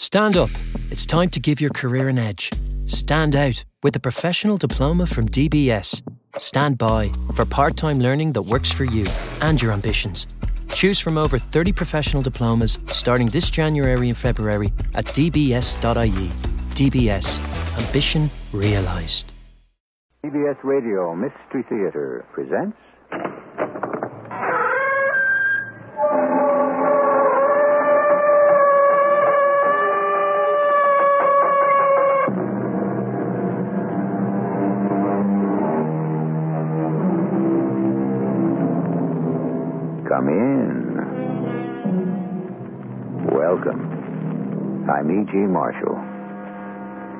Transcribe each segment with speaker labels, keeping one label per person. Speaker 1: Stand up. It's time to give your career an edge. Stand out with the professional diploma from DBS. Stand by for part time learning that works for you and your ambitions. Choose from over 30 professional diplomas starting this January and February at dbs.ie. DBS Ambition Realised.
Speaker 2: CBS Radio Mystery Theater presents. Come in. Welcome. I'm E.G. Marshall.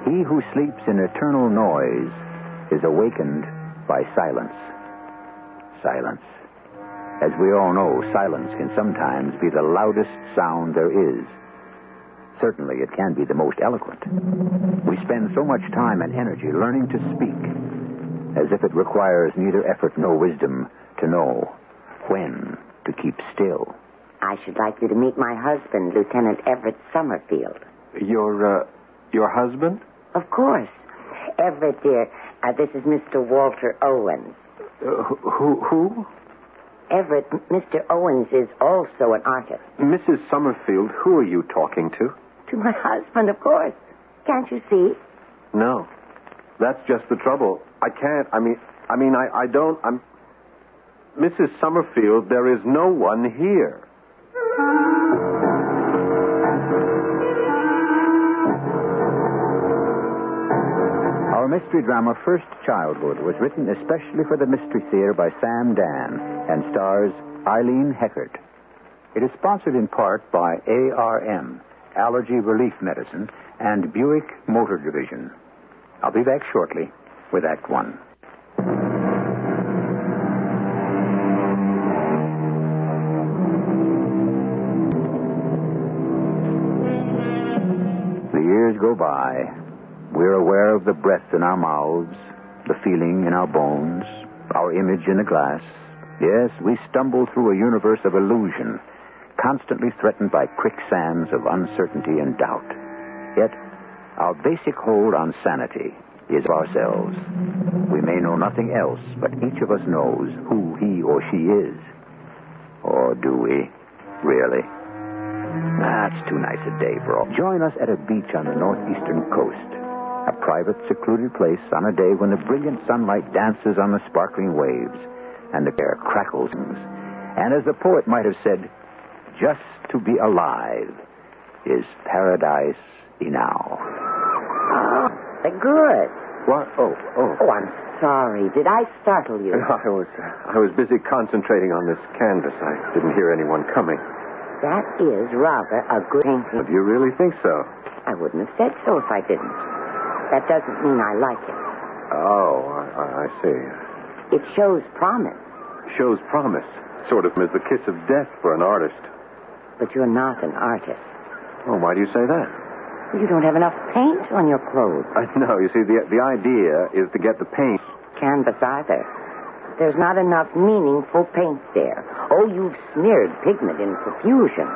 Speaker 2: He who sleeps in eternal noise is awakened by silence. Silence. As we all know, silence can sometimes be the loudest sound there is. Certainly, it can be the most eloquent. We spend so much time and energy learning to speak, as if it requires neither effort nor wisdom to know when to keep still.
Speaker 3: I should like you to meet my husband, Lieutenant Everett Summerfield.
Speaker 4: Your, uh, your husband?
Speaker 3: Of course. Everett, dear, uh, this is Mr. Walter Owens.
Speaker 4: Uh, who, who?
Speaker 3: Everett, m- Mr. Owens is also an artist.
Speaker 4: Mrs. Summerfield, who are you talking to?
Speaker 3: To my husband, of course. Can't you see?
Speaker 4: No. That's just the trouble. I can't, I mean, I mean, I, I don't, I'm... Mrs. Summerfield, there is no one here.
Speaker 2: Our mystery drama, First Childhood, was written especially for the Mystery Theater by Sam Dan and stars Eileen Heckert. It is sponsored in part by ARM, Allergy Relief Medicine, and Buick Motor Division. I'll be back shortly with Act One. The years go by. We're aware of the breath in our mouths, the feeling in our bones, our image in a glass. Yes, we stumble through a universe of illusion, constantly threatened by quicksands of uncertainty and doubt. Yet, our basic hold on sanity is ourselves. We may know nothing else, but each of us knows who he or she is. Or do we, really? That's too nice a day for all. Join us at a beach on the northeastern coast. A private, secluded place on a day when the brilliant sunlight dances on the sparkling waves and the air crackles. And as the poet might have said, just to be alive is paradise enow.
Speaker 3: The Uh, good.
Speaker 4: What? Oh, oh.
Speaker 3: Oh, I'm sorry. Did I startle you?
Speaker 4: I was, I was busy concentrating on this canvas. I didn't hear anyone coming.
Speaker 3: That is rather a good
Speaker 4: Do you really think so?
Speaker 3: I wouldn't have said so if I didn't. That doesn't mean I like it.
Speaker 4: Oh, I, I see.
Speaker 3: It shows promise.
Speaker 4: Shows promise. Sort of is the kiss of death for an artist.
Speaker 3: But you're not an artist.
Speaker 4: Oh, why do you say that?
Speaker 3: You don't have enough paint on your clothes.
Speaker 4: Uh, no, you see, the, the idea is to get the paint.
Speaker 3: Canvas either. There's not enough meaningful paint there. Oh, you've smeared pigment in profusion.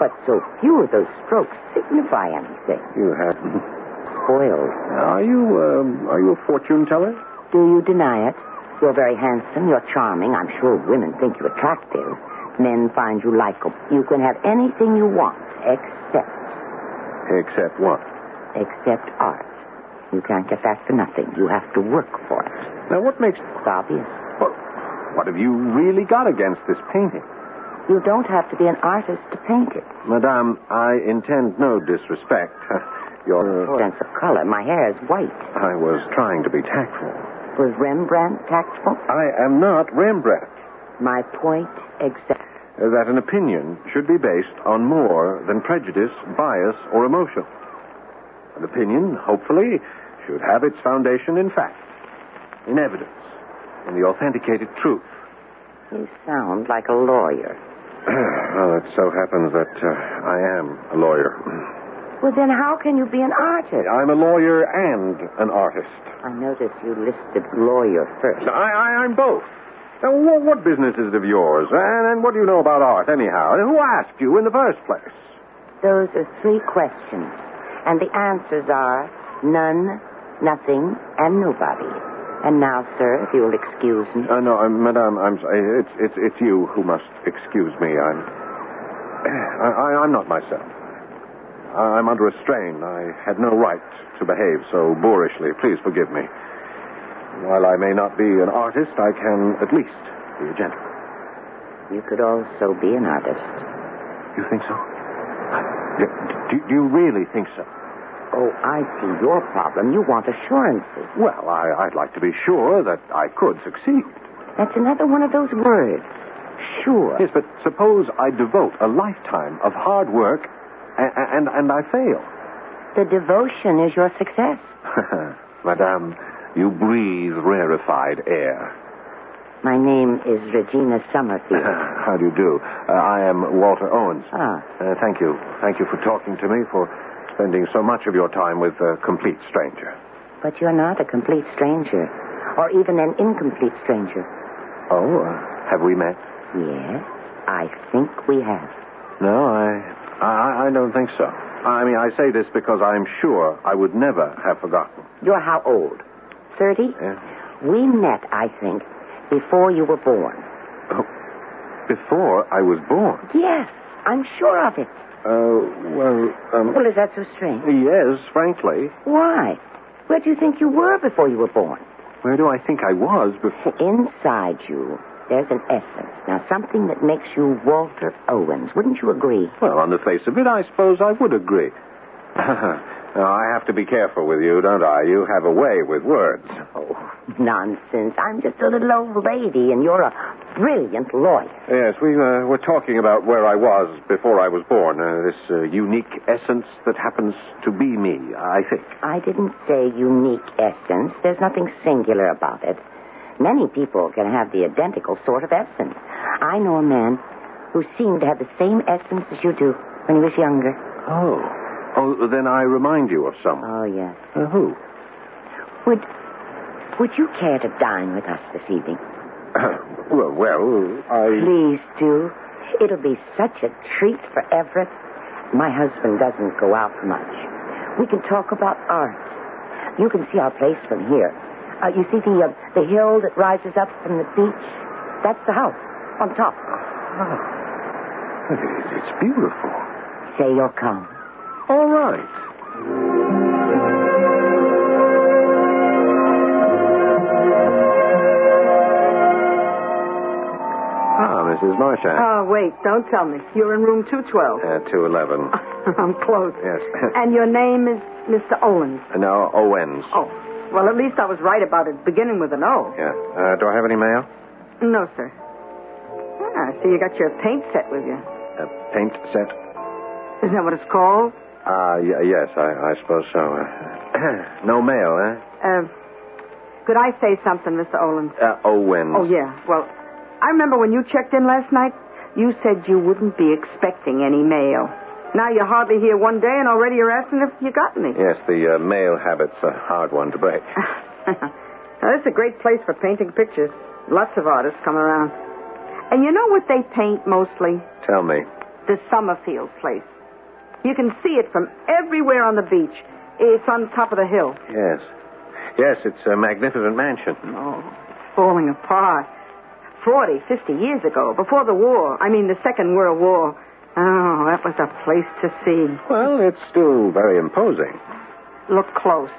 Speaker 3: But so few of those strokes signify anything.
Speaker 4: You have.
Speaker 3: Spoiled.
Speaker 4: Are you, um, are you a fortune teller?
Speaker 3: Do you deny it? You're very handsome. You're charming. I'm sure women think you attractive. Men find you likable. You can have anything you want, except,
Speaker 4: Except what?
Speaker 3: except art. You can't get that for nothing. You have to work for it.
Speaker 4: Now, what makes.
Speaker 3: It's obvious.
Speaker 4: What, what have you really got against this painting?
Speaker 3: You don't have to be an artist to paint it.
Speaker 4: Madame, I intend no disrespect. Your.
Speaker 3: sense of color. My hair is white.
Speaker 4: I was trying to be tactful.
Speaker 3: Was Rembrandt tactful?
Speaker 4: I am not Rembrandt.
Speaker 3: My point exact.
Speaker 4: Uh, That an opinion should be based on more than prejudice, bias, or emotion. An opinion, hopefully, should have its foundation in fact, in evidence, in the authenticated truth.
Speaker 3: You sound like a lawyer.
Speaker 4: well, it so happens that uh, I am a lawyer.
Speaker 3: Well, then how can you be an artist?
Speaker 4: I'm a lawyer and an artist.
Speaker 3: I noticed you listed lawyer first.
Speaker 4: I, I, I'm both. Now, what, what business is it of yours? And, and what do you know about art, anyhow? And who asked you in the first place?
Speaker 3: Those are three questions. And the answers are none, nothing, and nobody. And now, sir, if you'll excuse me.
Speaker 4: Uh, no, uh, Madame, I'm sorry. It's, it's, it's you who must excuse me. I'm. I, I, I'm not myself. I- I'm under a strain. I had no right to behave so boorishly. Please forgive me. While I may not be an artist, I can at least be a gentleman.
Speaker 3: You could also be an artist.
Speaker 4: You think so? Do, do, do you really think so?
Speaker 3: Oh, I see your problem. You want assurances.
Speaker 4: Well, I, I'd like to be sure that I could succeed.
Speaker 3: That's another one of those words. Sure.
Speaker 4: Yes, but suppose I devote a lifetime of hard work and, and, and I fail.
Speaker 3: The devotion is your success.
Speaker 4: Madame, you breathe rarefied air.
Speaker 3: My name is Regina Summerfield.
Speaker 4: How do you do? Uh, I am Walter Owens.
Speaker 3: Ah.
Speaker 4: Uh, thank you. Thank you for talking to me, for spending so much of your time with a complete stranger.
Speaker 3: But you're not a complete stranger, or even an incomplete stranger.
Speaker 4: Oh, uh, have we met?
Speaker 3: Yes, I think we have.
Speaker 4: No, I, I, I don't think so. I mean, I say this because I'm sure I would never have forgotten.
Speaker 3: You're how old? 30?
Speaker 4: Yeah.
Speaker 3: We met, I think, before you were born.
Speaker 4: Oh, before I was born.
Speaker 3: Yes, I'm sure of it.
Speaker 4: Uh, well, um,
Speaker 3: Well, is that so strange?
Speaker 4: yes, frankly.
Speaker 3: Why? Where do you think you were before you were born?
Speaker 4: Where do I think I was before?
Speaker 3: Inside you, there's an essence. Now, something that makes you Walter Owens. Wouldn't you agree?
Speaker 4: Well, on the face of it, I suppose I would agree. now, I have to be careful with you, don't I? You have a way with words.
Speaker 3: Oh, nonsense. I'm just a little old lady, and you're a brilliant lawyer.
Speaker 4: Yes, we uh, were talking about where I was before I was born. Uh, this uh, unique essence that happens to be me, I think.
Speaker 3: I didn't say unique essence. There's nothing singular about it. Many people can have the identical sort of essence. I know a man who seemed to have the same essence as you do when he was younger.
Speaker 4: Oh. Oh, then I remind you of someone.
Speaker 3: Oh, yes.
Speaker 4: Uh, who?
Speaker 3: Would would you care to dine with us this evening?
Speaker 4: well, well, I.
Speaker 3: Please do. It'll be such a treat for Everett. My husband doesn't go out much. We can talk about art. You can see our place from here. Uh, you see the uh, the hill that rises up from the beach? That's the house on top.
Speaker 4: It's, it's beautiful.
Speaker 3: Say you'll come.
Speaker 4: All right. Ah, Mrs. Marshak.
Speaker 5: Oh, wait, don't tell me. You're in room
Speaker 4: Uh,
Speaker 5: 212.
Speaker 4: 211.
Speaker 5: I'm close.
Speaker 4: Yes.
Speaker 5: And your name is Mr. Owens.
Speaker 4: no, Owens.
Speaker 5: Oh, well, at least I was right about it beginning with an O.
Speaker 4: Yeah. Uh, do I have any mail?
Speaker 5: No, sir. Ah, so you got your paint set with you.
Speaker 4: A Uh, paint set?
Speaker 5: Isn't that what it's called?
Speaker 4: Uh, y- yes, I, I suppose so. Uh, no mail, eh?
Speaker 5: Uh, could I say something, Mr. Owens?
Speaker 4: Uh, Owens.
Speaker 5: Oh, yeah. Well, I remember when you checked in last night, you said you wouldn't be expecting any mail. Now you're hardly here one day, and already you're asking if you got any.
Speaker 4: Yes, the uh, mail habit's a hard one to break.
Speaker 5: now, this is a great place for painting pictures. Lots of artists come around. And you know what they paint mostly?
Speaker 4: Tell me.
Speaker 5: The Summerfield place. You can see it from everywhere on the beach. It's on top of the hill.
Speaker 4: Yes. Yes, it's a magnificent mansion.
Speaker 5: Oh, falling apart. Forty, fifty years ago, before the war. I mean, the Second World War. Oh, that was a place to see.
Speaker 4: Well, it's still very imposing.
Speaker 5: Look close.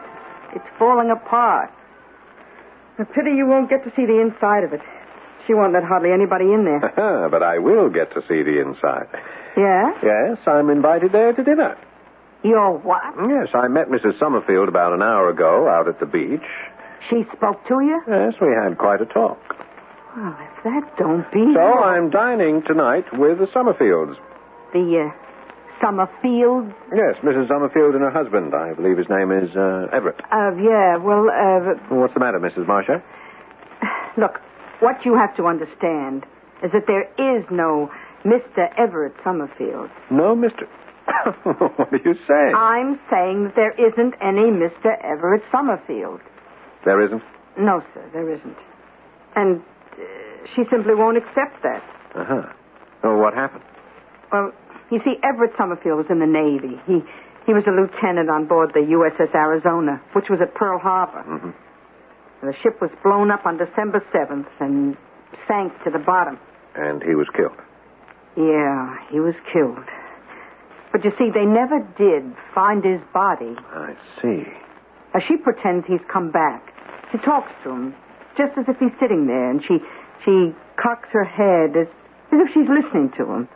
Speaker 5: It's falling apart. A pity you won't get to see the inside of it. She won't let hardly anybody in there.
Speaker 4: but I will get to see the inside.
Speaker 5: yeah?
Speaker 4: Yes, I'm invited there to dinner.
Speaker 5: Your what?
Speaker 4: Yes, I met Mrs. Summerfield about an hour ago out at the beach.
Speaker 5: She spoke to you?
Speaker 4: Yes, we had quite a talk.
Speaker 5: Well, if that don't be
Speaker 4: So uh, I'm dining tonight with the Summerfields.
Speaker 5: the uh, Summerfield.
Speaker 4: Yes, Mrs. Summerfield and her husband. I believe his name is uh, Everett.
Speaker 5: Uh, yeah. Well, uh,
Speaker 4: What's the matter, Mrs. Marshall?
Speaker 5: Look, what you have to understand is that there is no Mr. Everett Summerfield.
Speaker 4: No, Mr. what are you saying?
Speaker 5: I'm saying that there isn't any Mr. Everett Summerfield.
Speaker 4: there isn't.
Speaker 5: No, sir, there isn't. And uh, she simply won't accept that.
Speaker 4: Uh huh. Oh, what happened?
Speaker 5: Well, you see, Everett Summerfield was in the Navy. He He was a lieutenant on board the USS Arizona, which was at Pearl Harbor. The ship was blown up on December 7th and sank to the bottom.
Speaker 4: And he was killed.
Speaker 5: Yeah, he was killed. But you see, they never did find his body.
Speaker 4: I see.
Speaker 5: Now, she pretends he's come back. She talks to him, just as if he's sitting there, and she she cocks her head as, as if she's listening to him.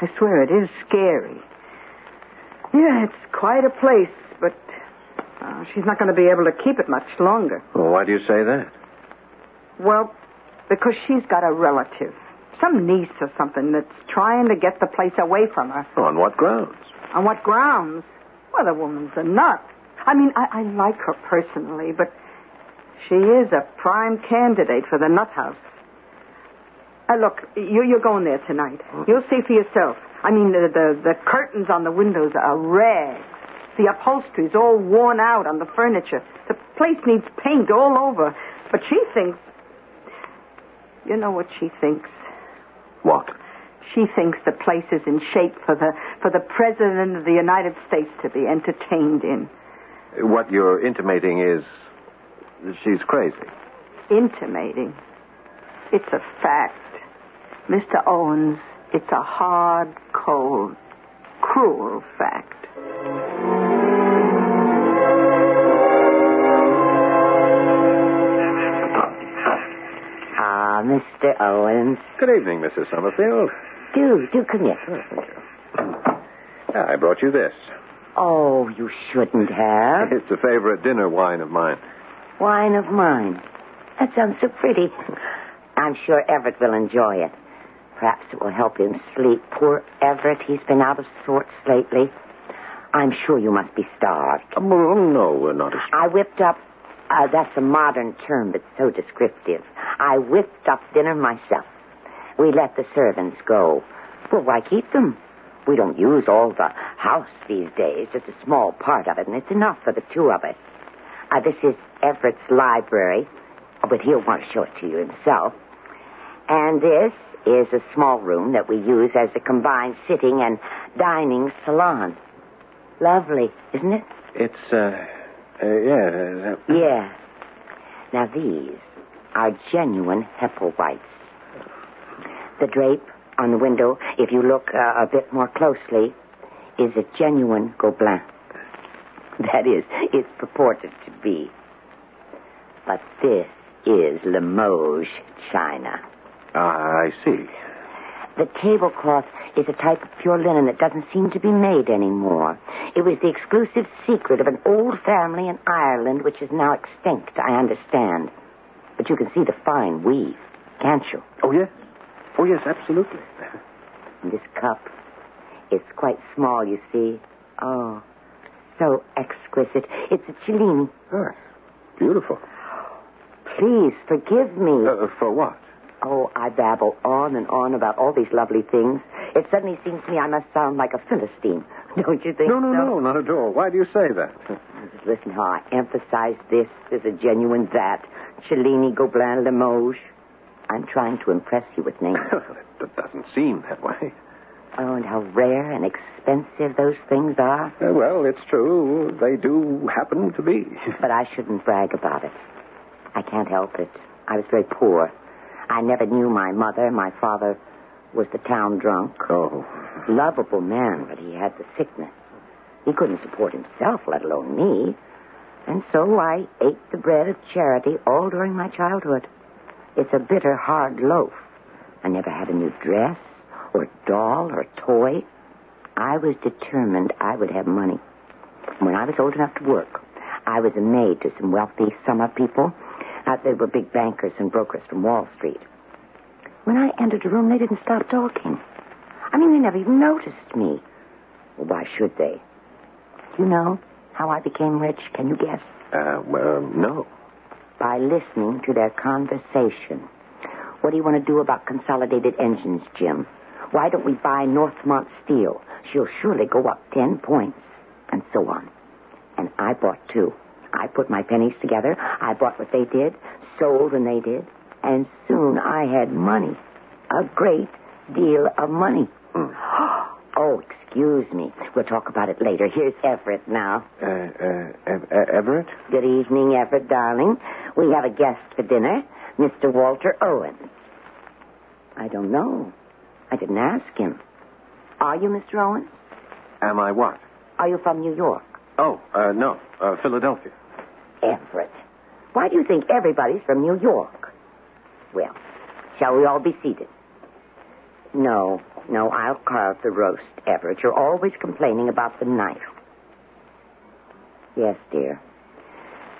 Speaker 5: I swear it is scary. Yeah, it's quite a place, but uh, she's not going to be able to keep it much longer.
Speaker 4: Well, why do you say that?
Speaker 5: Well, because she's got a relative, some niece or something, that's trying to get the place away from her.
Speaker 4: On what grounds?
Speaker 5: On what grounds? Well, the woman's a nut. I mean, I, I like her personally, but she is a prime candidate for the nut house. Uh, look, you, you're going there tonight. You'll see for yourself. I mean, the, the, the curtains on the windows are rags. The upholstery's all worn out on the furniture. The place needs paint all over. But she thinks. You know what she thinks?
Speaker 4: What?
Speaker 5: She thinks the place is in shape for the for the president of the United States to be entertained in.
Speaker 4: What you're intimating is she's crazy.
Speaker 5: Intimating. It's a fact. Mr. Owens, it's a hard, cold, cruel fact.
Speaker 3: Ah, Mr. Owens.
Speaker 4: Good evening, Mrs. Summerfield.
Speaker 3: Do, do come here.
Speaker 4: Ah, I brought you this.
Speaker 3: Oh, you shouldn't have.
Speaker 4: It's a favorite dinner wine of mine.
Speaker 3: Wine of mine. That sounds so pretty. I'm sure Everett will enjoy it. Perhaps it will help him sleep. Poor Everett, he's been out of sorts lately. I'm sure you must be starved.
Speaker 4: Um, well, no, we're not. A...
Speaker 3: I whipped up. Uh, that's a modern term, but so descriptive. I whipped up dinner myself. We let the servants go. Well, why keep them? We don't use all the house these days, just a small part of it, and it's enough for the two of us. Uh, this is Everett's library, but he'll want to show it to you himself. And this is a small room that we use as a combined sitting and dining salon. Lovely, isn't it?
Speaker 4: It's, uh, uh yeah. uh,
Speaker 3: Yeah. Now these are genuine Hepplewhites. The drape on the window, if you look uh, a bit more closely, is a genuine Gobelin. That is, it's purported to be. But this is Limoges china.
Speaker 4: Ah, I see.
Speaker 3: The tablecloth is a type of pure linen that doesn't seem to be made anymore. It was the exclusive secret of an old family in Ireland, which is now extinct, I understand. But you can see the fine weave, can't you?
Speaker 4: Oh, yes. Oh, yes, absolutely.
Speaker 3: And this cup, it's quite small, you see. Oh, so exquisite. It's a Cellini.
Speaker 4: Ah, beautiful.
Speaker 3: Please forgive me.
Speaker 4: Uh, for what?
Speaker 3: Oh, I babble on and on about all these lovely things. It suddenly seems to me I must sound like a Philistine. Don't you think
Speaker 4: No, no,
Speaker 3: so?
Speaker 4: no, not at all. Why do you say that?
Speaker 3: Just listen how I emphasize this is a genuine that. Cellini, Gobelin, Limoges. I'm trying to impress you with names.
Speaker 4: that doesn't seem that way.
Speaker 3: oh, and how rare and expensive those things are.
Speaker 4: Uh, well, it's true. They do happen to be.
Speaker 3: But I shouldn't brag about it. I can't help it. I was very poor. I never knew my mother. My father was the town drunk.
Speaker 4: Oh.
Speaker 3: Lovable man, but he had the sickness. He couldn't support himself, let alone me. And so I ate the bread of charity all during my childhood. It's a bitter, hard loaf. I never had a new dress or a doll or a toy. I was determined I would have money. When I was old enough to work, I was a maid to some wealthy summer people. Uh, they were big bankers and brokers from Wall Street. When I entered a room, they didn't stop talking. I mean, they never even noticed me. Well, why should they? You know how I became rich? Can you guess?
Speaker 4: Uh, well, no.
Speaker 3: By listening to their conversation. What do you want to do about consolidated engines, Jim? Why don't we buy Northmont Steel? She'll surely go up ten points, and so on. And I bought two. I put my pennies together. I bought what they did, sold when they did, and soon I had money. A great deal of money. Mm. Oh, excuse Excuse me. We'll talk about it later. Here's Everett now.
Speaker 4: Uh, uh, Ev- uh, Everett?
Speaker 3: Good evening, Everett, darling. We have a guest for dinner, Mr. Walter Owen. I don't know. I didn't ask him. Are you Mr. Owen?
Speaker 4: Am I what?
Speaker 3: Are you from New York?
Speaker 4: Oh, uh, no. Uh, Philadelphia.
Speaker 3: Everett, why do you think everybody's from New York? Well, shall we all be seated? No, no, I'll carve the roast, Everett. You're always complaining about the knife. Yes, dear.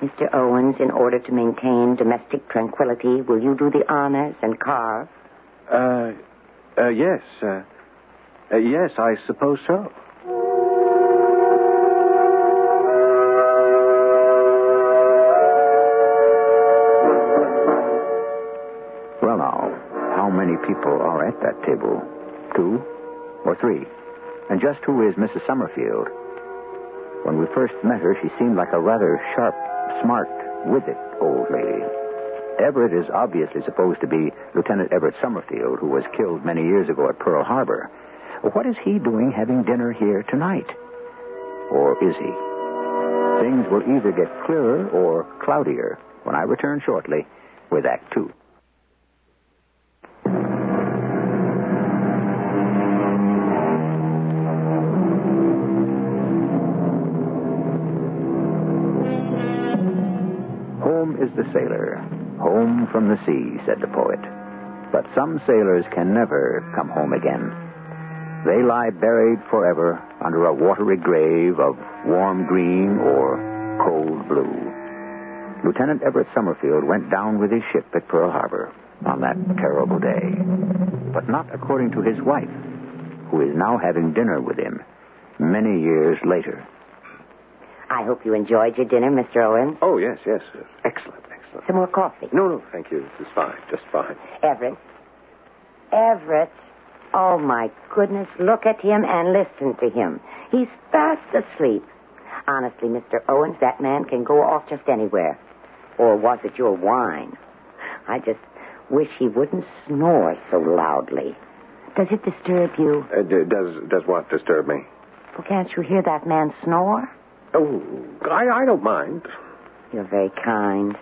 Speaker 3: Mr. Owens, in order to maintain domestic tranquility, will you do the honors and carve?
Speaker 4: Uh, uh, yes. Uh, uh, yes, I suppose so.
Speaker 2: Well, now, how many people are at that table? Two or three? And just who is Mrs. Summerfield? When we first met her, she seemed like a rather sharp, smart, with it old lady. Everett is obviously supposed to be Lieutenant Everett Summerfield, who was killed many years ago at Pearl Harbor. What is he doing having dinner here tonight? Or is he? Things will either get clearer or cloudier when I return shortly with Act Two. Home is the sailor, home from the sea, said the poet. But some sailors can never come home again. They lie buried forever under a watery grave of warm green or cold blue. Lieutenant Everett Summerfield went down with his ship at Pearl Harbor on that terrible day, but not according to his wife, who is now having dinner with him many years later.
Speaker 3: I hope you enjoyed your dinner, Mr. Owen.
Speaker 4: Oh, yes, yes. uh, Excellent, excellent.
Speaker 3: Some more coffee.
Speaker 4: No, no, thank you. This is fine, just fine.
Speaker 3: Everett. Everett. Oh, my goodness. Look at him and listen to him. He's fast asleep. Honestly, Mr. Owens, that man can go off just anywhere. Or was it your wine? I just wish he wouldn't snore so loudly. Does it disturb you?
Speaker 4: Uh, d- does, does what disturb me?
Speaker 3: Well, can't you hear that man snore?
Speaker 4: Oh, I, I don't mind.
Speaker 3: You're very kind.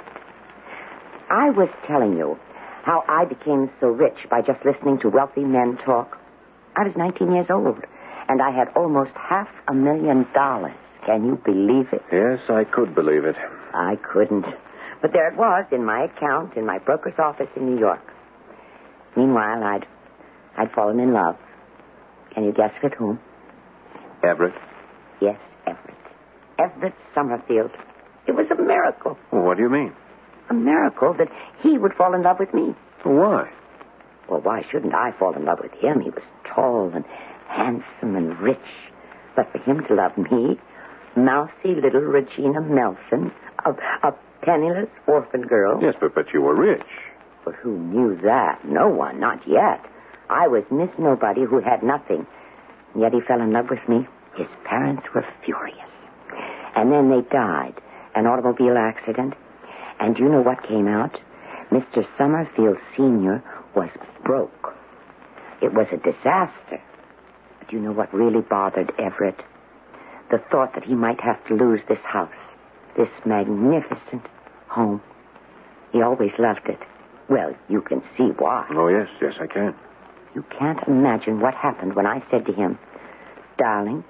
Speaker 3: I was telling you how I became so rich by just listening to wealthy men talk. I was 19 years old, and I had almost half a million dollars. Can you believe it?
Speaker 4: Yes, I could believe it.
Speaker 3: I couldn't. But there it was in my account in my broker's office in New York. Meanwhile, I'd I'd fallen in love. Can you guess with whom?
Speaker 4: Everett,
Speaker 3: Yes, Everett. Everett Summerfield. It was a miracle.
Speaker 4: what do you mean?
Speaker 3: A miracle that he would fall in love with me.
Speaker 4: Why?
Speaker 3: Well, why shouldn't I fall in love with him? He was tall and handsome and rich. But for him to love me, mousy little Regina Melson, a, a penniless orphan girl.
Speaker 4: Yes, but, but you were rich.
Speaker 3: But who knew that? No one, not yet. I was Miss Nobody who had nothing. And Yet he fell in love with me. His parents were furious. And then they died. An automobile accident. And you know what came out? Mr. Summerfield Sr. was broke. It was a disaster. But you know what really bothered Everett? The thought that he might have to lose this house, this magnificent home. He always loved it. Well, you can see why.
Speaker 4: Oh, yes, yes, I can.
Speaker 3: You can't imagine what happened when I said to him, Darling,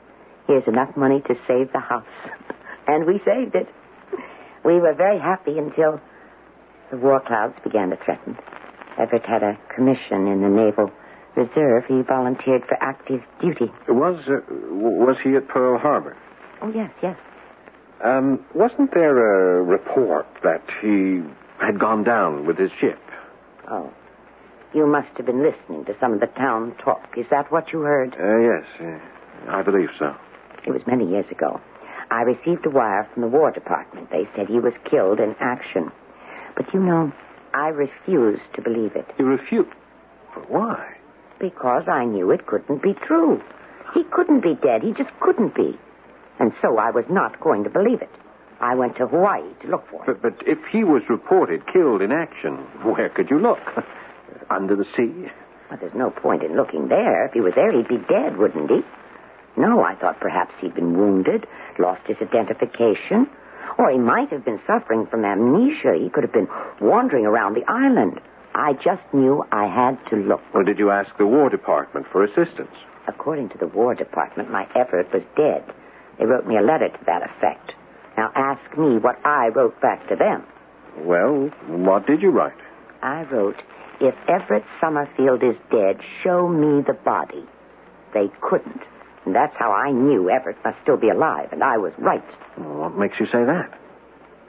Speaker 3: here's enough money to save the house. And we saved it. We were very happy until the war clouds began to threaten. Everett had a commission in the Naval Reserve. He volunteered for active duty.
Speaker 4: Was, uh, w- was he at Pearl Harbor?
Speaker 3: Oh, yes, yes.
Speaker 4: Um, wasn't there a report that he had gone down with his ship?
Speaker 3: Oh. You must have been listening to some of the town talk. Is that what you heard?
Speaker 4: Uh, yes, uh, I believe so.
Speaker 3: It was many years ago. I received a wire from the War Department. They said he was killed in action. But you know, I refused to believe it
Speaker 4: He refused. But why?
Speaker 3: because I knew it couldn't be true. He couldn't be dead. He just couldn't be. And so I was not going to believe it. I went to Hawaii to look for him.
Speaker 4: But, but if he was reported killed in action, where could you look? Under the sea?
Speaker 3: But there's no point in looking there. If he was there, he'd be dead, wouldn't he? No, I thought perhaps he'd been wounded, lost his identification, or he might have been suffering from amnesia. He could have been wandering around the island. I just knew I had to look.
Speaker 4: Or did you ask the War Department for assistance?
Speaker 3: According to the War Department, my Everett was dead. They wrote me a letter to that effect. Now ask me what I wrote back to them.
Speaker 4: Well, what did you write?
Speaker 3: I wrote, If Everett Summerfield is dead, show me the body. They couldn't. And that's how I knew Everett must still be alive, and I was right.
Speaker 4: What makes you say that?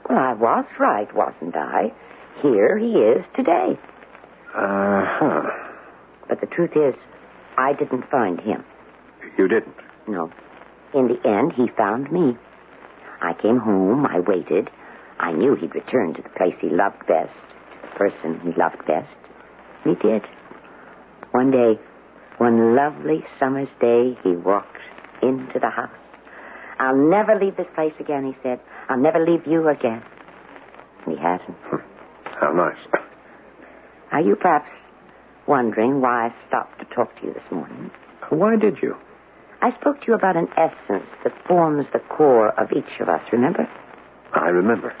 Speaker 3: Well, I was right, wasn't I? Here he is today.
Speaker 4: Uh huh.
Speaker 3: But the truth is, I didn't find him.
Speaker 4: You didn't.
Speaker 3: No. In the end, he found me. I came home. I waited. I knew he'd return to the place he loved best, to the person he loved best. And he did. One day, one lovely summer's day, he walked into the house. I'll never leave this place again, he said. I'll never leave you again. And he hasn't.
Speaker 4: How nice.
Speaker 3: Are you perhaps wondering why I stopped to talk to you this morning?
Speaker 4: Why did you?
Speaker 3: I spoke to you about an essence that forms the core of each of us, remember?
Speaker 4: I remember.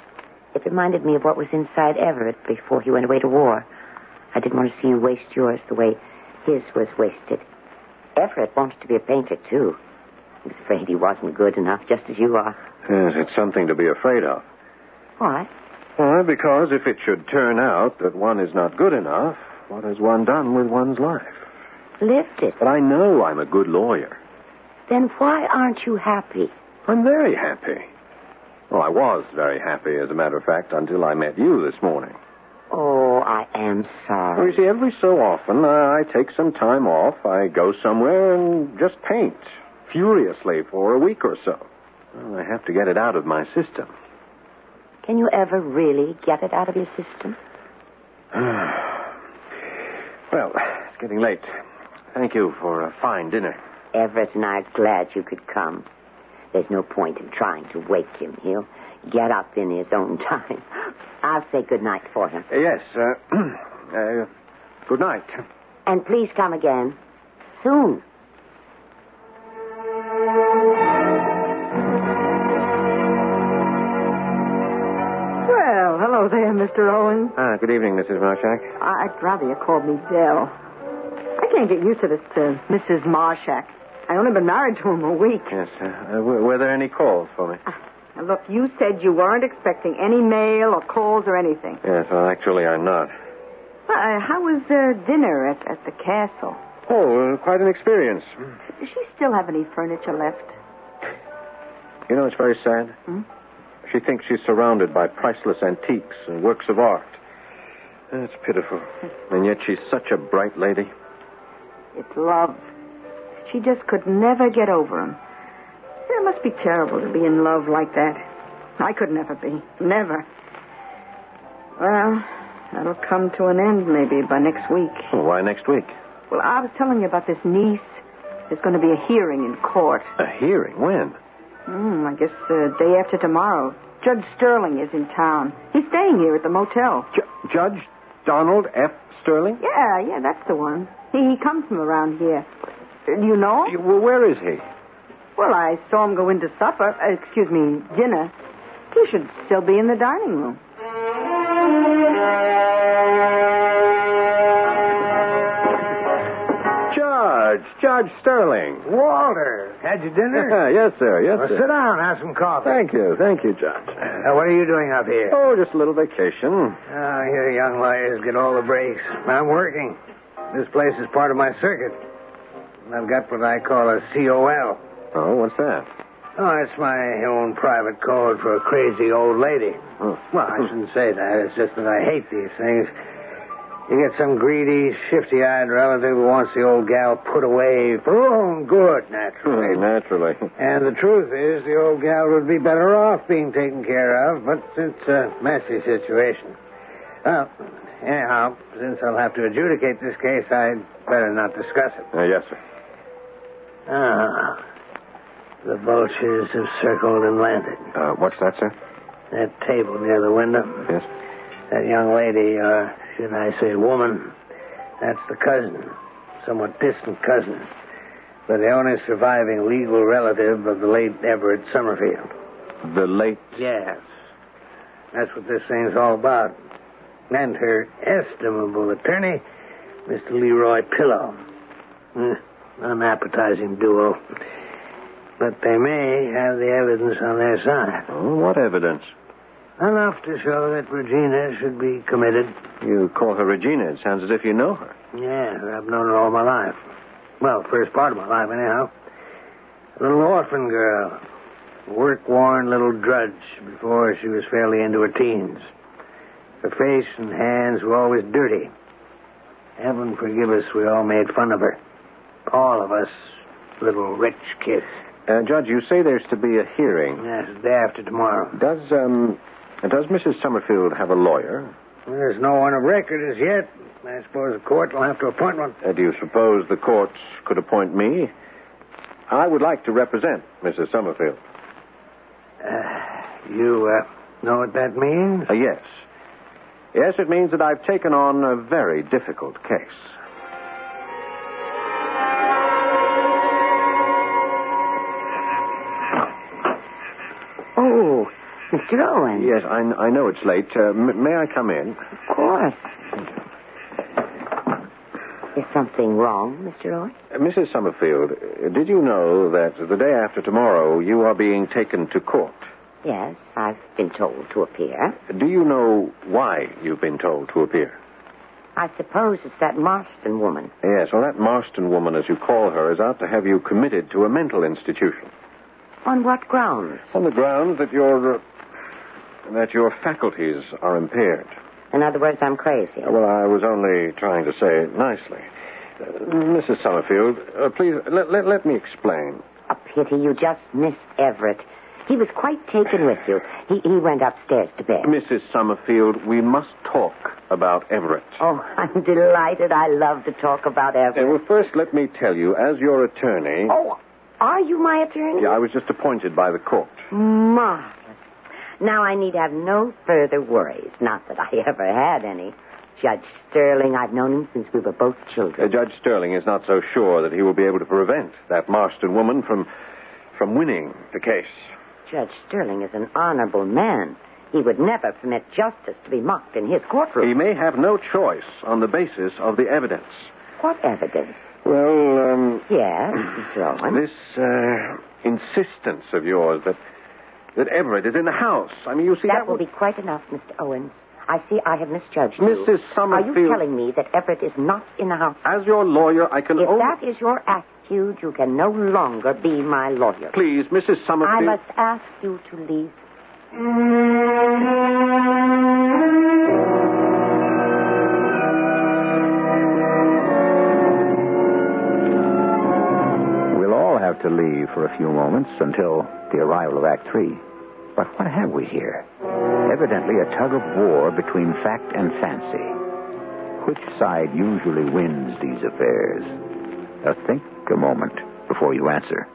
Speaker 3: It reminded me of what was inside Everett before he went away to war. I didn't want to see you waste yours the way his was wasted. Everett wanted to be a painter, too. He was afraid he wasn't good enough, just as you are.
Speaker 4: Yes, it's something to be afraid of.
Speaker 3: Why?
Speaker 4: Why? Because if it should turn out that one is not good enough, what has one done with one's life?
Speaker 3: Lived it.
Speaker 4: But I know I'm a good lawyer.
Speaker 3: Then why aren't you happy?
Speaker 4: I'm very happy. Well, I was very happy, as a matter of fact, until I met you this morning.
Speaker 3: Oh, I am
Speaker 4: Well, you
Speaker 3: sorry.
Speaker 4: see, every so often uh, I I take some time off. I go somewhere and just paint furiously for a week or so. Well, I have to get it out of my system.
Speaker 3: Can you ever really get it out of your system?
Speaker 4: Well, it's getting late. Thank you for a fine dinner.
Speaker 3: Everett and I are glad you could come. There's no point in trying to wake him. He'll get up in his own time. I'll say good night for him.
Speaker 4: Uh, Yes. Uh, uh, good night.
Speaker 3: And please come again. Soon.
Speaker 5: Well, hello there, Mr. Owen.
Speaker 4: Ah, good evening, Mrs. Marshak.
Speaker 5: I- I'd rather you called me Dell. I can't get used to this uh, Mrs. Marshak. I only been married to him a week. Ah,
Speaker 4: Yes. Uh, uh, w- were there any calls for me?
Speaker 5: Now, look, you said you weren't expecting any mail or calls or anything.
Speaker 4: Yes. Well, actually, I'm not.
Speaker 5: Uh, how was uh, dinner at, at the castle?
Speaker 4: Oh, uh, quite an experience.
Speaker 5: Does she still have any furniture left?
Speaker 4: You know, it's very sad.
Speaker 5: Hmm?
Speaker 4: She thinks she's surrounded by priceless antiques and works of art. That's pitiful. And yet she's such a bright lady.
Speaker 5: It's love. She just could never get over him. It must be terrible to be in love like that. I could never be. Never. Well, that'll come to an end maybe by next week.
Speaker 4: Oh, why next week?
Speaker 5: Well, I was telling you about this niece. There's going to be a hearing in court.
Speaker 4: A hearing? When?
Speaker 5: Hmm, I guess uh, day after tomorrow. Judge Sterling is in town. He's staying here at the motel.
Speaker 4: Ju- Judge Donald F. Sterling?
Speaker 5: Yeah, yeah, that's the one. He, he comes from around here. Uh, Do you know him?
Speaker 4: You- well, where is he?
Speaker 5: Well, I saw him go into supper. Uh, excuse me, dinner. He should still be in the dining room.
Speaker 4: Judge, Judge Sterling.
Speaker 6: Walter, had your dinner?
Speaker 4: yes, sir. Yes,
Speaker 6: Well,
Speaker 4: sir.
Speaker 6: sit down, have some coffee.
Speaker 4: Thank you, thank you, Judge.
Speaker 6: Now, what are you doing up here?
Speaker 4: Oh, just a little vacation.
Speaker 6: Ah, here, young lawyers get all the breaks. I'm working. This place is part of my circuit. And I've got what I call a COL.
Speaker 4: Oh, what's that?
Speaker 6: Oh, it's my own private code for a crazy old lady.
Speaker 4: Oh.
Speaker 6: Well, I shouldn't say that. It's just that I hate these things. You get some greedy, shifty-eyed relative who wants the old gal put away for her own good,
Speaker 4: Uh,
Speaker 6: naturally.
Speaker 4: naturally.
Speaker 6: And the truth is, the old gal would be better off being taken care of, but it's a messy situation. Well, anyhow, since I'll have to adjudicate this case, I'd better not discuss it.
Speaker 4: Uh, yes, sir.
Speaker 6: Ah, the vultures have circled and landed.
Speaker 4: Uh, what's that, sir?
Speaker 6: That table near the window,
Speaker 4: Yes.
Speaker 6: that young lady, or should I say woman, that's the cousin, somewhat distant cousin. but the only surviving legal relative of the late Everett Summerfield.
Speaker 4: The late.
Speaker 6: Yes. That's what this thing's all about. And her estimable attorney, Mr. Leroy Pillow. Hmm, Unappetizing duo. But they may have the evidence on their side.
Speaker 4: Oh, what evidence?
Speaker 6: Enough to show that Regina should be committed.
Speaker 4: You call her Regina. It sounds as if you know her.
Speaker 6: Yes, I've known her all my life. Well, first part of my life, anyhow. A little orphan girl. Work worn little drudge before she was fairly into her teens. Her face and hands were always dirty. Heaven forgive us, we all made fun of her. All of us, little rich kids.
Speaker 4: Uh, Judge, you say there's to be a hearing.
Speaker 6: Yes, day after tomorrow.
Speaker 4: Does, um, does Mrs. Summerfield have a lawyer?
Speaker 6: There's no one of record as yet. I suppose the court will have to appoint one.
Speaker 4: Uh, do you suppose the court could appoint me? I would like to represent Mrs. Summerfield.
Speaker 6: You uh, know what that means?
Speaker 4: Uh, yes. Yes, it means that I've taken on a very difficult case.
Speaker 3: Oh, Mr. Owen.
Speaker 4: Yes, I, I know it's late. Uh, m- may I come in?
Speaker 3: Of course. Is something wrong, Mr. Owen?
Speaker 4: Uh, Mrs. Summerfield, uh, did you know that the day after tomorrow you are being taken to court?
Speaker 3: Yes, I've been told to appear.
Speaker 4: Do you know why you've been told to appear?
Speaker 3: I suppose it's that Marston woman.
Speaker 4: Yes, well, that Marston woman, as you call her, is out to have you committed to a mental institution.
Speaker 3: On what grounds?
Speaker 4: On the grounds that your uh, that your faculties are impaired.
Speaker 3: In other words, I'm crazy.
Speaker 4: Uh, Well, I was only trying to say it nicely. Uh, Mrs. Summerfield, uh, please let, let, let me explain.
Speaker 3: A pity you just missed Everett. He was quite taken with you. He, he went upstairs to bed.
Speaker 4: Mrs. Summerfield, we must talk about Everett.
Speaker 3: Oh, I'm delighted. I love to talk about
Speaker 4: Uh,
Speaker 3: Everett.
Speaker 4: well, first, let me tell you, as your attorney,
Speaker 3: Oh, are you my attorney?
Speaker 4: Uh, yeah, I was just appointed by the court.
Speaker 3: Marvelous. Now I need have no further worries. Not that I ever had any. Judge Sterling, I've known him since we were both
Speaker 4: Uh,
Speaker 3: children.
Speaker 4: Judge Sterling is not so sure that he will be able to prevent that Marston woman from from winning the case.
Speaker 3: Judge Sterling is an honorable man. He would never permit justice to be mocked in his courtroom.
Speaker 4: He may have no choice on the basis of the evidence.
Speaker 3: What evidence?
Speaker 4: Well, um,
Speaker 3: Yes, Mr. Owen.
Speaker 4: This uh, insistence of yours that that Everett is in the house. I mean, you see
Speaker 3: that
Speaker 4: that,
Speaker 3: will
Speaker 4: would-
Speaker 3: be quite enough, Mr. Owens. I see I have misjudged you.
Speaker 4: Mrs.
Speaker 3: Are you
Speaker 4: Summerfield-
Speaker 3: telling me that Everett is not in the house?
Speaker 4: As your lawyer, I can
Speaker 3: If
Speaker 4: only
Speaker 3: that is your attitude, you can no longer be my lawyer.
Speaker 4: please, Mrs.
Speaker 3: I
Speaker 4: Summerfield.
Speaker 3: must ask you to leave.
Speaker 2: We'll all have to leave for a few moments until the arrival of Act Three. But what have we here? Evidently a tug of war between fact and fancy. Which side usually wins these affairs? Now think a moment before you answer.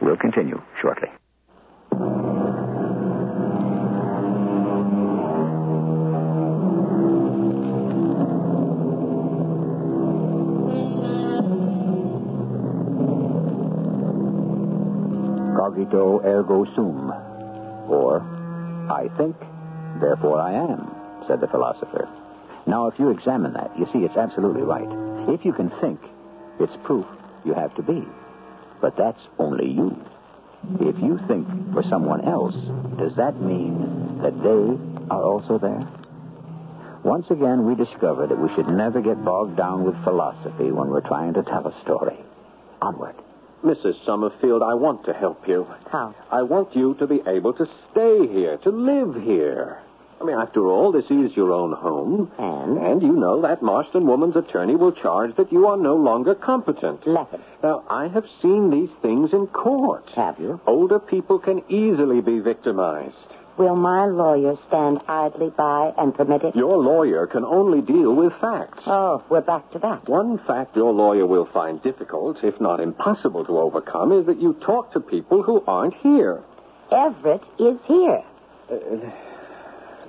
Speaker 2: We'll continue shortly. Cogito ergo sum. Or, I think, therefore I am, said the philosopher. Now, if you examine that, you see it's absolutely right. If you can think, it's proof you have to be. But that's only you. If you think for someone else, does that mean that they are also there? Once again, we discover that we should never get bogged down with philosophy when we're trying to tell a story. Onward.
Speaker 4: Mrs. Summerfield, I want to help you.
Speaker 3: How?
Speaker 4: I want you to be able to stay here, to live here. I mean, after all, this is your own home.
Speaker 3: And?
Speaker 4: And you know that Marston woman's attorney will charge that you are no longer competent.
Speaker 3: Let him.
Speaker 4: Now, I have seen these things in court.
Speaker 3: Have you?
Speaker 4: Older people can easily be victimized.
Speaker 3: Will my lawyer stand idly by and permit it?
Speaker 4: Your lawyer can only deal with facts.
Speaker 3: Oh, we're back to that.
Speaker 4: One fact your lawyer will find difficult, if not impossible to overcome, is that you talk to people who aren't here.
Speaker 3: Everett is here.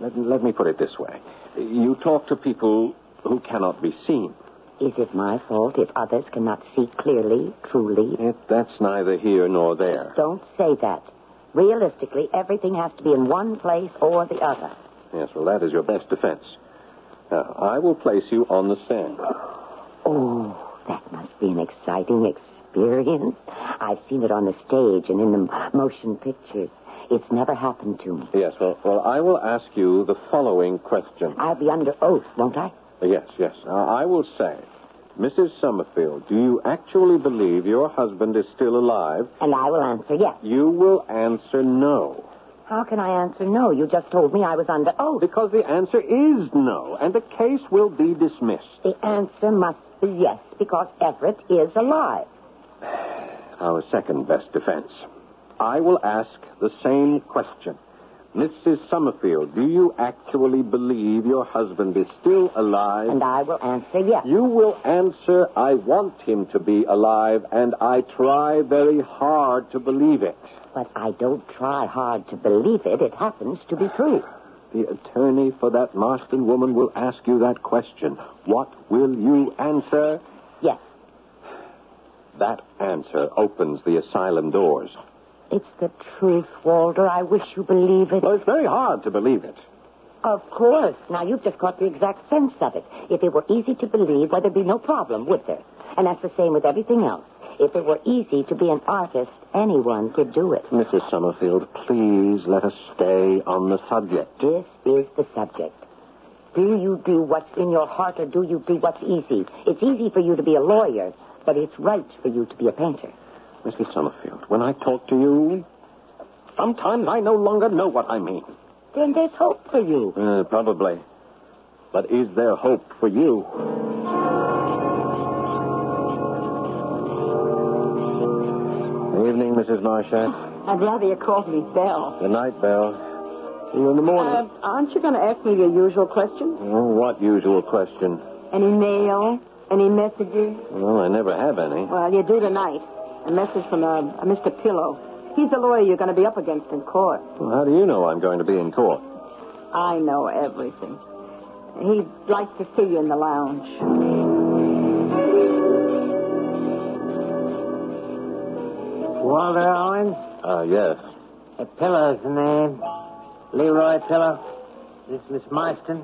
Speaker 4: Let, let me put it this way you talk to people who cannot be seen.
Speaker 3: Is it my fault if others cannot see clearly, truly?
Speaker 4: It, that's neither here nor there.
Speaker 3: Don't say that. Realistically, everything has to be in one place or the other.
Speaker 4: Yes, well, that is your best defense. Now, I will place you on the sand.
Speaker 3: Oh, that must be an exciting experience. I've seen it on the stage and in the motion pictures. It's never happened to me.
Speaker 4: Yes, well, well I will ask you the following question.
Speaker 3: I'll be under oath, won't I?
Speaker 4: Yes, yes. Uh, I will say, Mrs. Summerfield, do you actually believe your husband is still alive?
Speaker 3: And I will answer yes.
Speaker 4: You will answer no.
Speaker 3: How can I answer no? You just told me I was under oath.
Speaker 4: Because the answer is no, and the case will be dismissed.
Speaker 3: The answer must be yes, because Everett is alive.
Speaker 4: Our second best defense. I will ask the same question. Mrs. Summerfield, do you actually believe your husband is still alive?
Speaker 3: And I will answer yes.
Speaker 4: You will answer, I want him to be alive, and I try very hard to believe it.
Speaker 3: But I don't try hard to believe it. It happens to be true.
Speaker 4: The attorney for that Marston woman will ask you that question. What will you answer?
Speaker 3: Yes.
Speaker 4: That answer opens the asylum doors.
Speaker 3: It's the truth, Walter. I wish you believe it.
Speaker 4: Well, it's very hard to believe it.
Speaker 3: Of course. Now, you've just caught the exact sense of it. If it were easy to believe, well, there'd be no problem, would there? And that's the same with everything else. If it were easy to be an artist, anyone could do it.
Speaker 4: Mrs. Summerfield, please let us stay on the subject.
Speaker 3: This is the subject. Do you do what's in your heart or do you do what's easy? It's easy for you to be a lawyer, but it's right for you to be a painter.
Speaker 4: Mrs. Summerfield, when I talk to you, sometimes I no longer know what I mean.
Speaker 3: Then there's hope for you.
Speaker 4: Uh, probably. But is there hope for you? Good evening, Mrs. Marshall.
Speaker 7: I'd rather you called me Belle.
Speaker 4: Good night, Belle. See you in the morning.
Speaker 7: Uh, aren't you going to ask me your usual question?
Speaker 4: Oh, what usual question?
Speaker 7: Any mail? Any messages?
Speaker 4: Well, I never have any.
Speaker 7: Well, you do tonight. A message from uh, Mr. Pillow. He's the lawyer you're going to be up against in court.
Speaker 4: Well, how do you know I'm going to be in court?
Speaker 7: I know everything. He'd like to see you in the lounge.
Speaker 6: Walter Owens?
Speaker 4: Uh, yes.
Speaker 6: Uh, Pillow's the name. Leroy Pillow. This Miss Marston.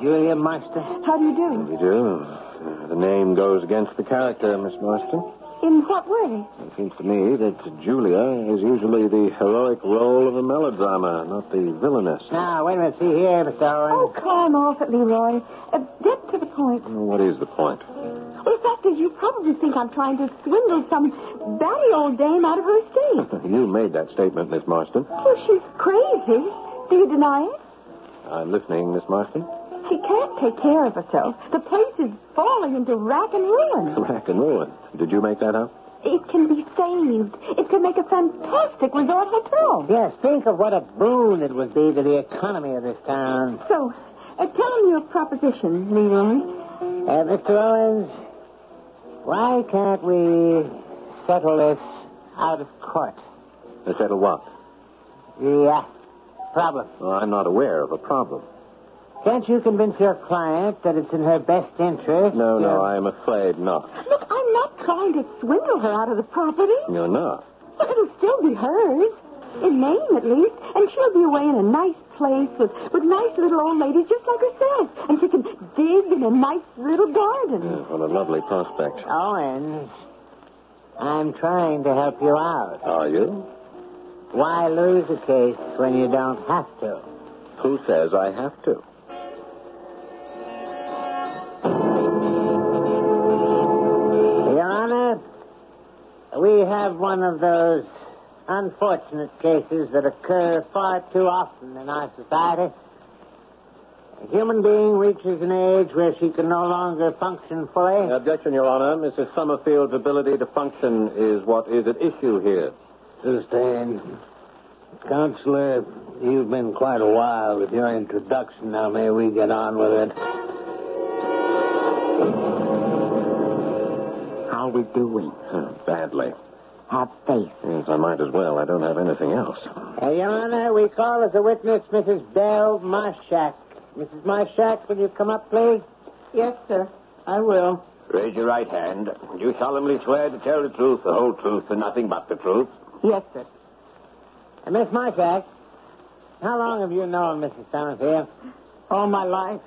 Speaker 6: Julia Marston.
Speaker 7: How do you do?
Speaker 4: You do. Uh, The name goes against the character, Miss Marston.
Speaker 7: In what way?
Speaker 4: It seems to me that Julia is usually the heroic role of a melodrama, not the villainess.
Speaker 6: Now, wait a minute. See here, Mr. Owens.
Speaker 7: Oh, climb off it, Leroy. Uh, get to the point.
Speaker 4: What is the point?
Speaker 7: The fact is, you probably think I'm trying to swindle some batty old dame out of her estate.
Speaker 4: You made that statement, Miss Marston.
Speaker 7: Oh, she's crazy. Do you deny it?
Speaker 4: I'm listening, Miss Marston.
Speaker 7: She can't take care of herself. The place is falling into rack and ruin.
Speaker 4: Rack and ruin. Did you make that up?
Speaker 7: It can be saved. It can make a fantastic resort hotel.
Speaker 6: Yes, think of what a boon it would be to the economy of this town.
Speaker 7: So, uh, tell him your proposition, Leroy.
Speaker 6: Uh, Mr. Owens, why can't we settle this out of court?
Speaker 4: To settle what?
Speaker 6: Yeah, problem.
Speaker 4: Well, I'm not aware of a problem.
Speaker 6: Can't you convince your client that it's in her best interest?
Speaker 4: No,
Speaker 6: uh,
Speaker 4: no, I'm afraid not.
Speaker 7: Look, I'm not trying to swindle her out of the property.
Speaker 4: You're not.
Speaker 7: But it'll still be hers. In name, at least. And she'll be away in a nice place with, with nice little old ladies just like herself. And she can dig in a nice little garden.
Speaker 4: Yeah, what a lovely prospect.
Speaker 6: Owens, I'm trying to help you out.
Speaker 4: Are you?
Speaker 6: Why lose a case when you don't have to?
Speaker 4: Who says I have to?
Speaker 6: Your Honor, we have one of those unfortunate cases that occur far too often in our society. A human being reaches an age where she can no longer function fully.
Speaker 4: Objection, Your Honor. Mrs. Summerfield's ability to function is what is at issue here.
Speaker 6: Sustained. Counselor, you've been quite a while with your introduction. Now, may we get on with it?
Speaker 3: How we doing?
Speaker 4: Huh, Badly.
Speaker 3: Have faith.
Speaker 4: Yes, I might as well. I don't have anything else.
Speaker 6: Uh, Your Honor, we call as a witness Mrs. Belle Marshak. Mrs. Marshak, will you come up, please?
Speaker 7: Yes, sir. I will.
Speaker 4: Raise your right hand. Do you solemnly swear to tell the truth, the whole truth, and nothing but the truth?
Speaker 3: Yes, sir. And Miss Myfax, how long have you known Mrs. Summerfield?
Speaker 7: All my life,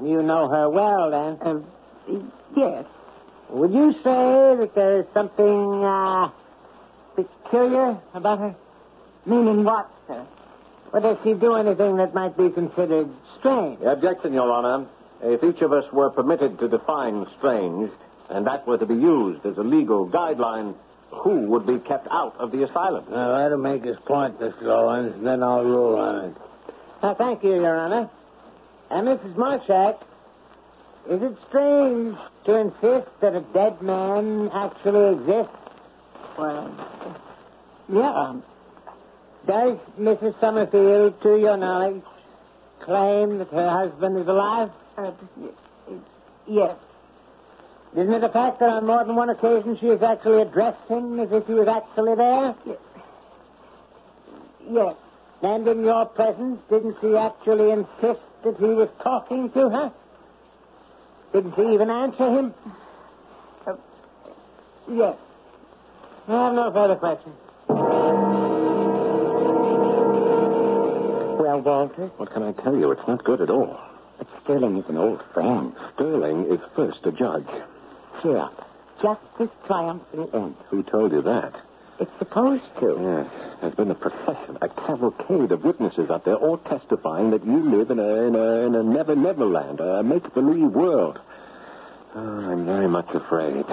Speaker 3: You know her well, then.
Speaker 7: uh, yes.
Speaker 3: Would you say that there's something uh, peculiar about her?
Speaker 7: Meaning what, sir?
Speaker 3: Or does she do anything that might be considered strange?
Speaker 4: Objection, Your Honor. If each of us were permitted to define strange, and that were to be used as a legal guideline, who would be kept out of the asylum?
Speaker 6: Now, that'll make his point, Mr. Owens, and then I'll rule on it.
Speaker 3: Uh, thank you, Your Honor. And Mrs. Marchak, is it strange to insist that a dead man actually exists?
Speaker 7: Well, yeah.
Speaker 3: Does Mrs. Summerfield, to your knowledge, claim that her husband is alive?
Speaker 7: Uh, yes.
Speaker 3: Isn't it a fact that on more than one occasion she has actually addressed him as if he was actually there?
Speaker 7: Yes.
Speaker 3: And in your presence, didn't she actually insist that he was talking to her? Didn't she even answer him?
Speaker 7: Yes.
Speaker 3: I have no further questions. Well, Walter,
Speaker 4: What can I tell you? It's not good at all.
Speaker 3: but Sterling is an old friend.
Speaker 4: Sterling is first a judge.
Speaker 3: Cheer up. Justice triumphs in the end.
Speaker 4: Who told you that?
Speaker 3: It's supposed to.
Speaker 4: Yes, there's been a procession, a cavalcade of witnesses up there, all testifying that you live in a in a, in a never never land, a make believe world. Oh, I'm very much afraid.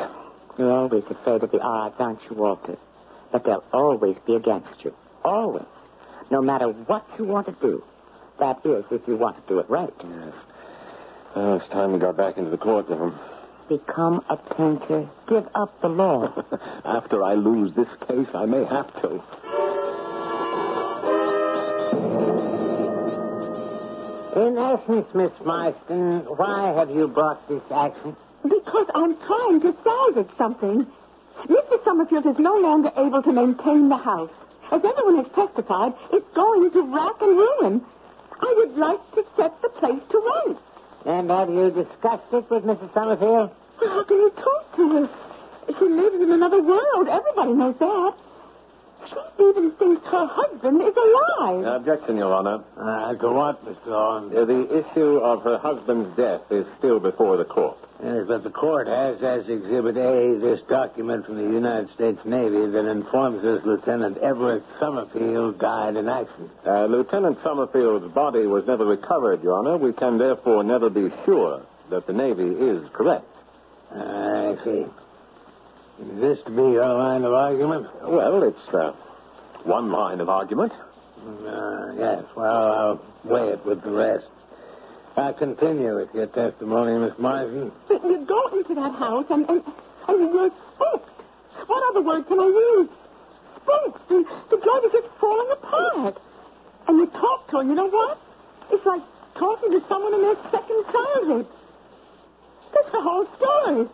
Speaker 3: You're always afraid of the odds, aren't you, Walter? But they'll always be against you. Always. No matter what you want to do. That is, if you want to do it right.
Speaker 4: Yes. Oh, it's time we got back into the courtroom.
Speaker 3: Become a painter. Give up the law.
Speaker 4: After I lose this case, I may have to.
Speaker 3: In essence, Miss Marston, why have you brought this action?
Speaker 7: Because I'm trying to salvage something. Mr. Summerfield is no longer able to maintain the house. As everyone has testified, it's going to rack and ruin. I would like to set the place to rights.
Speaker 3: And have you discussed it with Mrs. Summerfield?
Speaker 7: How can you talk to her? She lives in another world. Everybody knows that. She even thinks her husband is alive.
Speaker 4: Objection, Your Honor.
Speaker 6: Uh, to what, Mr. Owens?
Speaker 4: Uh, The issue of her husband's death is still before the court.
Speaker 6: Yes, but the court has as Exhibit A this document from the United States Navy that informs us Lieutenant Everett Summerfield died in action.
Speaker 4: Uh, Lieutenant Summerfield's body was never recovered, Your Honor. We can therefore never be sure that the Navy is correct.
Speaker 6: Uh, I see. Is this to be your line of argument?
Speaker 4: Well, it's uh, one line of argument.
Speaker 6: Uh, yes, well, I'll weigh it with the rest. I'll continue with your testimony, Miss Marsden.
Speaker 7: But you go into that house and, and, and you're spooked. What other word can I use? Spooked. And the joint is just falling apart. And you talk to her, you know what? It's like talking to someone in their second childhood. That's the whole story.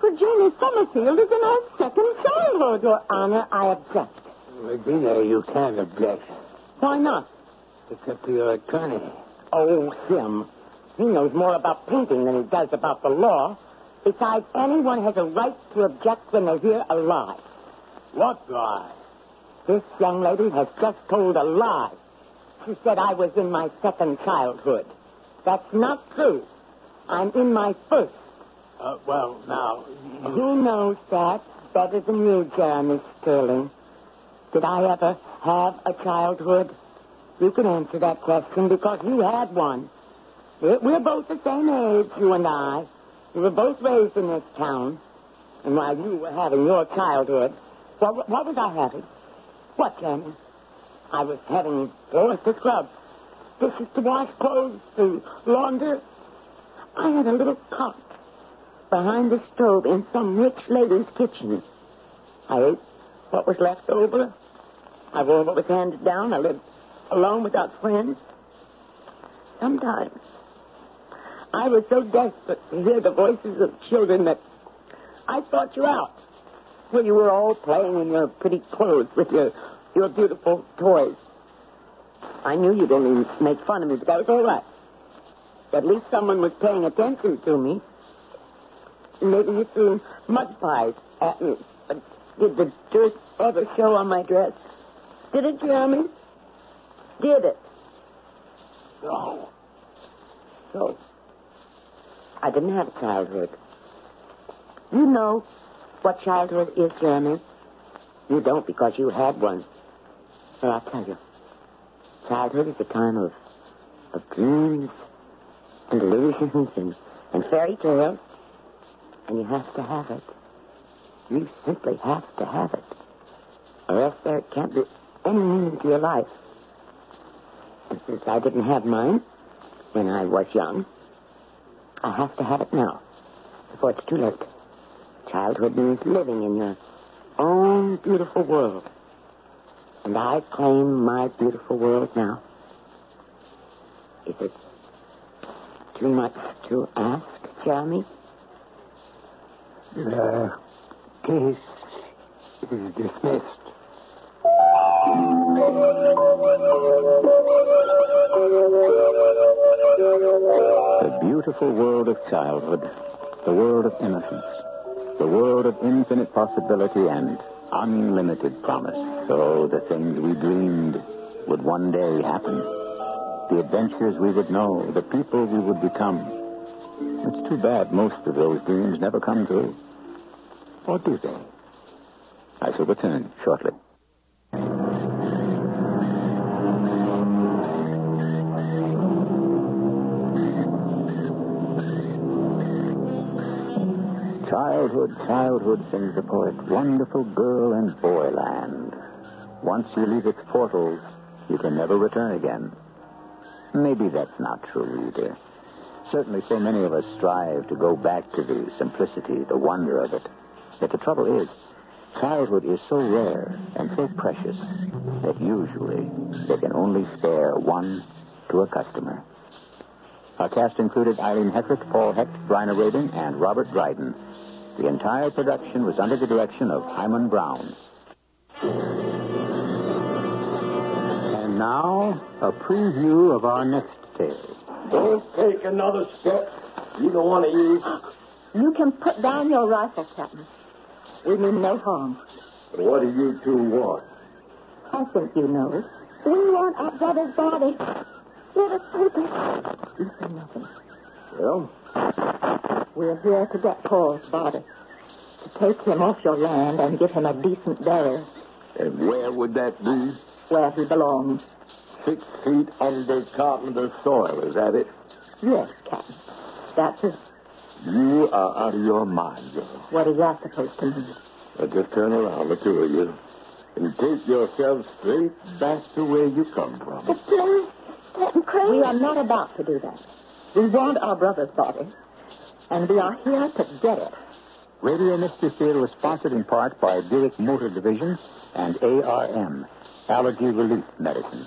Speaker 7: Virginia Summerfield is in her second childhood. Your Honor, I object.
Speaker 6: Regina, you can't object,
Speaker 3: Why not?
Speaker 6: except to your attorney.
Speaker 3: Oh, him. He knows more about painting than he does about the law. Besides, anyone has a right to object when they hear a lie.
Speaker 6: What lie?
Speaker 3: This young lady has just told a lie. She said I was in my second childhood. That's not true. I'm in my first.
Speaker 6: Uh, well, now,
Speaker 3: Who knows that better than you, Jeremy Sterling? Did I ever have a childhood? You can answer that question because you had one. We're, we're both the same age, you and I. We were both raised in this town. And while you were having your childhood, what, what was I having? What, Jeremy? I was having doors to scrub, dishes to wash, clothes to launder. I had a little pot behind the stove in some rich lady's kitchen. I ate what was left over. I wore what was handed down. I lived alone without friends. Sometimes I was so desperate to hear the voices of children that I sought you out. When you were all playing in your pretty clothes with your, your beautiful toys. I knew you'd only make fun of me, but that was all right. At least someone was paying attention to me. Maybe you threw mud pies at me. But uh, did the dirt ever show on my dress? Did it, Jeremy? Did it?
Speaker 5: No.
Speaker 3: So, I didn't have a childhood. You know what childhood is, Jeremy. You don't because you had one. Hey, I'll tell you. Childhood is a time of, of dreams, and illusions, and, and fairy tales. And you have to have it. You simply have to have it. Or else there can't be any meaning to your life. And since I didn't have mine when I was young, I have to have it now before it's too late. Childhood means living in your own beautiful world. And I claim my beautiful world now. Is it too much to ask, Jeremy?
Speaker 8: The case is dismissed.
Speaker 2: The beautiful world of childhood, the world of innocence, the world of infinite possibility and unlimited promise. Oh, the things we dreamed would one day happen, the adventures we would know, the people we would become. It's too bad most of those dreams never come true. Or Oh, do they? I shall return shortly. Childhood, childhood, sings the poet, wonderful girl and boy land. Once you leave its portals, you can never return again. Maybe that's not true either. Certainly, so many of us strive to go back to the simplicity, the wonder of it. But the trouble is, childhood is so rare and so precious that usually they can only spare one to a customer. Our cast included Eileen Hetrick, Paul Hecht, Bryna Rabin, and Robert Dryden. The entire production was under the direction of Hyman Brown. And now, a preview of our next tale.
Speaker 4: Don't take another step. You don't want to use.
Speaker 5: You can put down your rifle, Captain. We mean no harm.
Speaker 4: But what do you two want?
Speaker 5: I think you know. We want our brother's body. Let us sleep. You say nothing.
Speaker 4: Well,
Speaker 5: We're here to get Paul's body. To take him off your land and give him a decent burial
Speaker 4: and where would that be?
Speaker 5: where he belongs.
Speaker 4: Six feet under carpenter's soil, is that it?
Speaker 5: Yes, Captain. That's it.
Speaker 4: You are out of your mind, girl.
Speaker 5: What is that supposed to mean?
Speaker 4: Now just turn around, the two of you, and take yourselves straight back to where you come from.
Speaker 5: Please, Captain Crane. We are not about to do that. We want our brother's body, and we are here to get it.
Speaker 2: Radio Mystery Theater was sponsored in part by Buick Motor Division and ARM, Allergy Relief Medicine.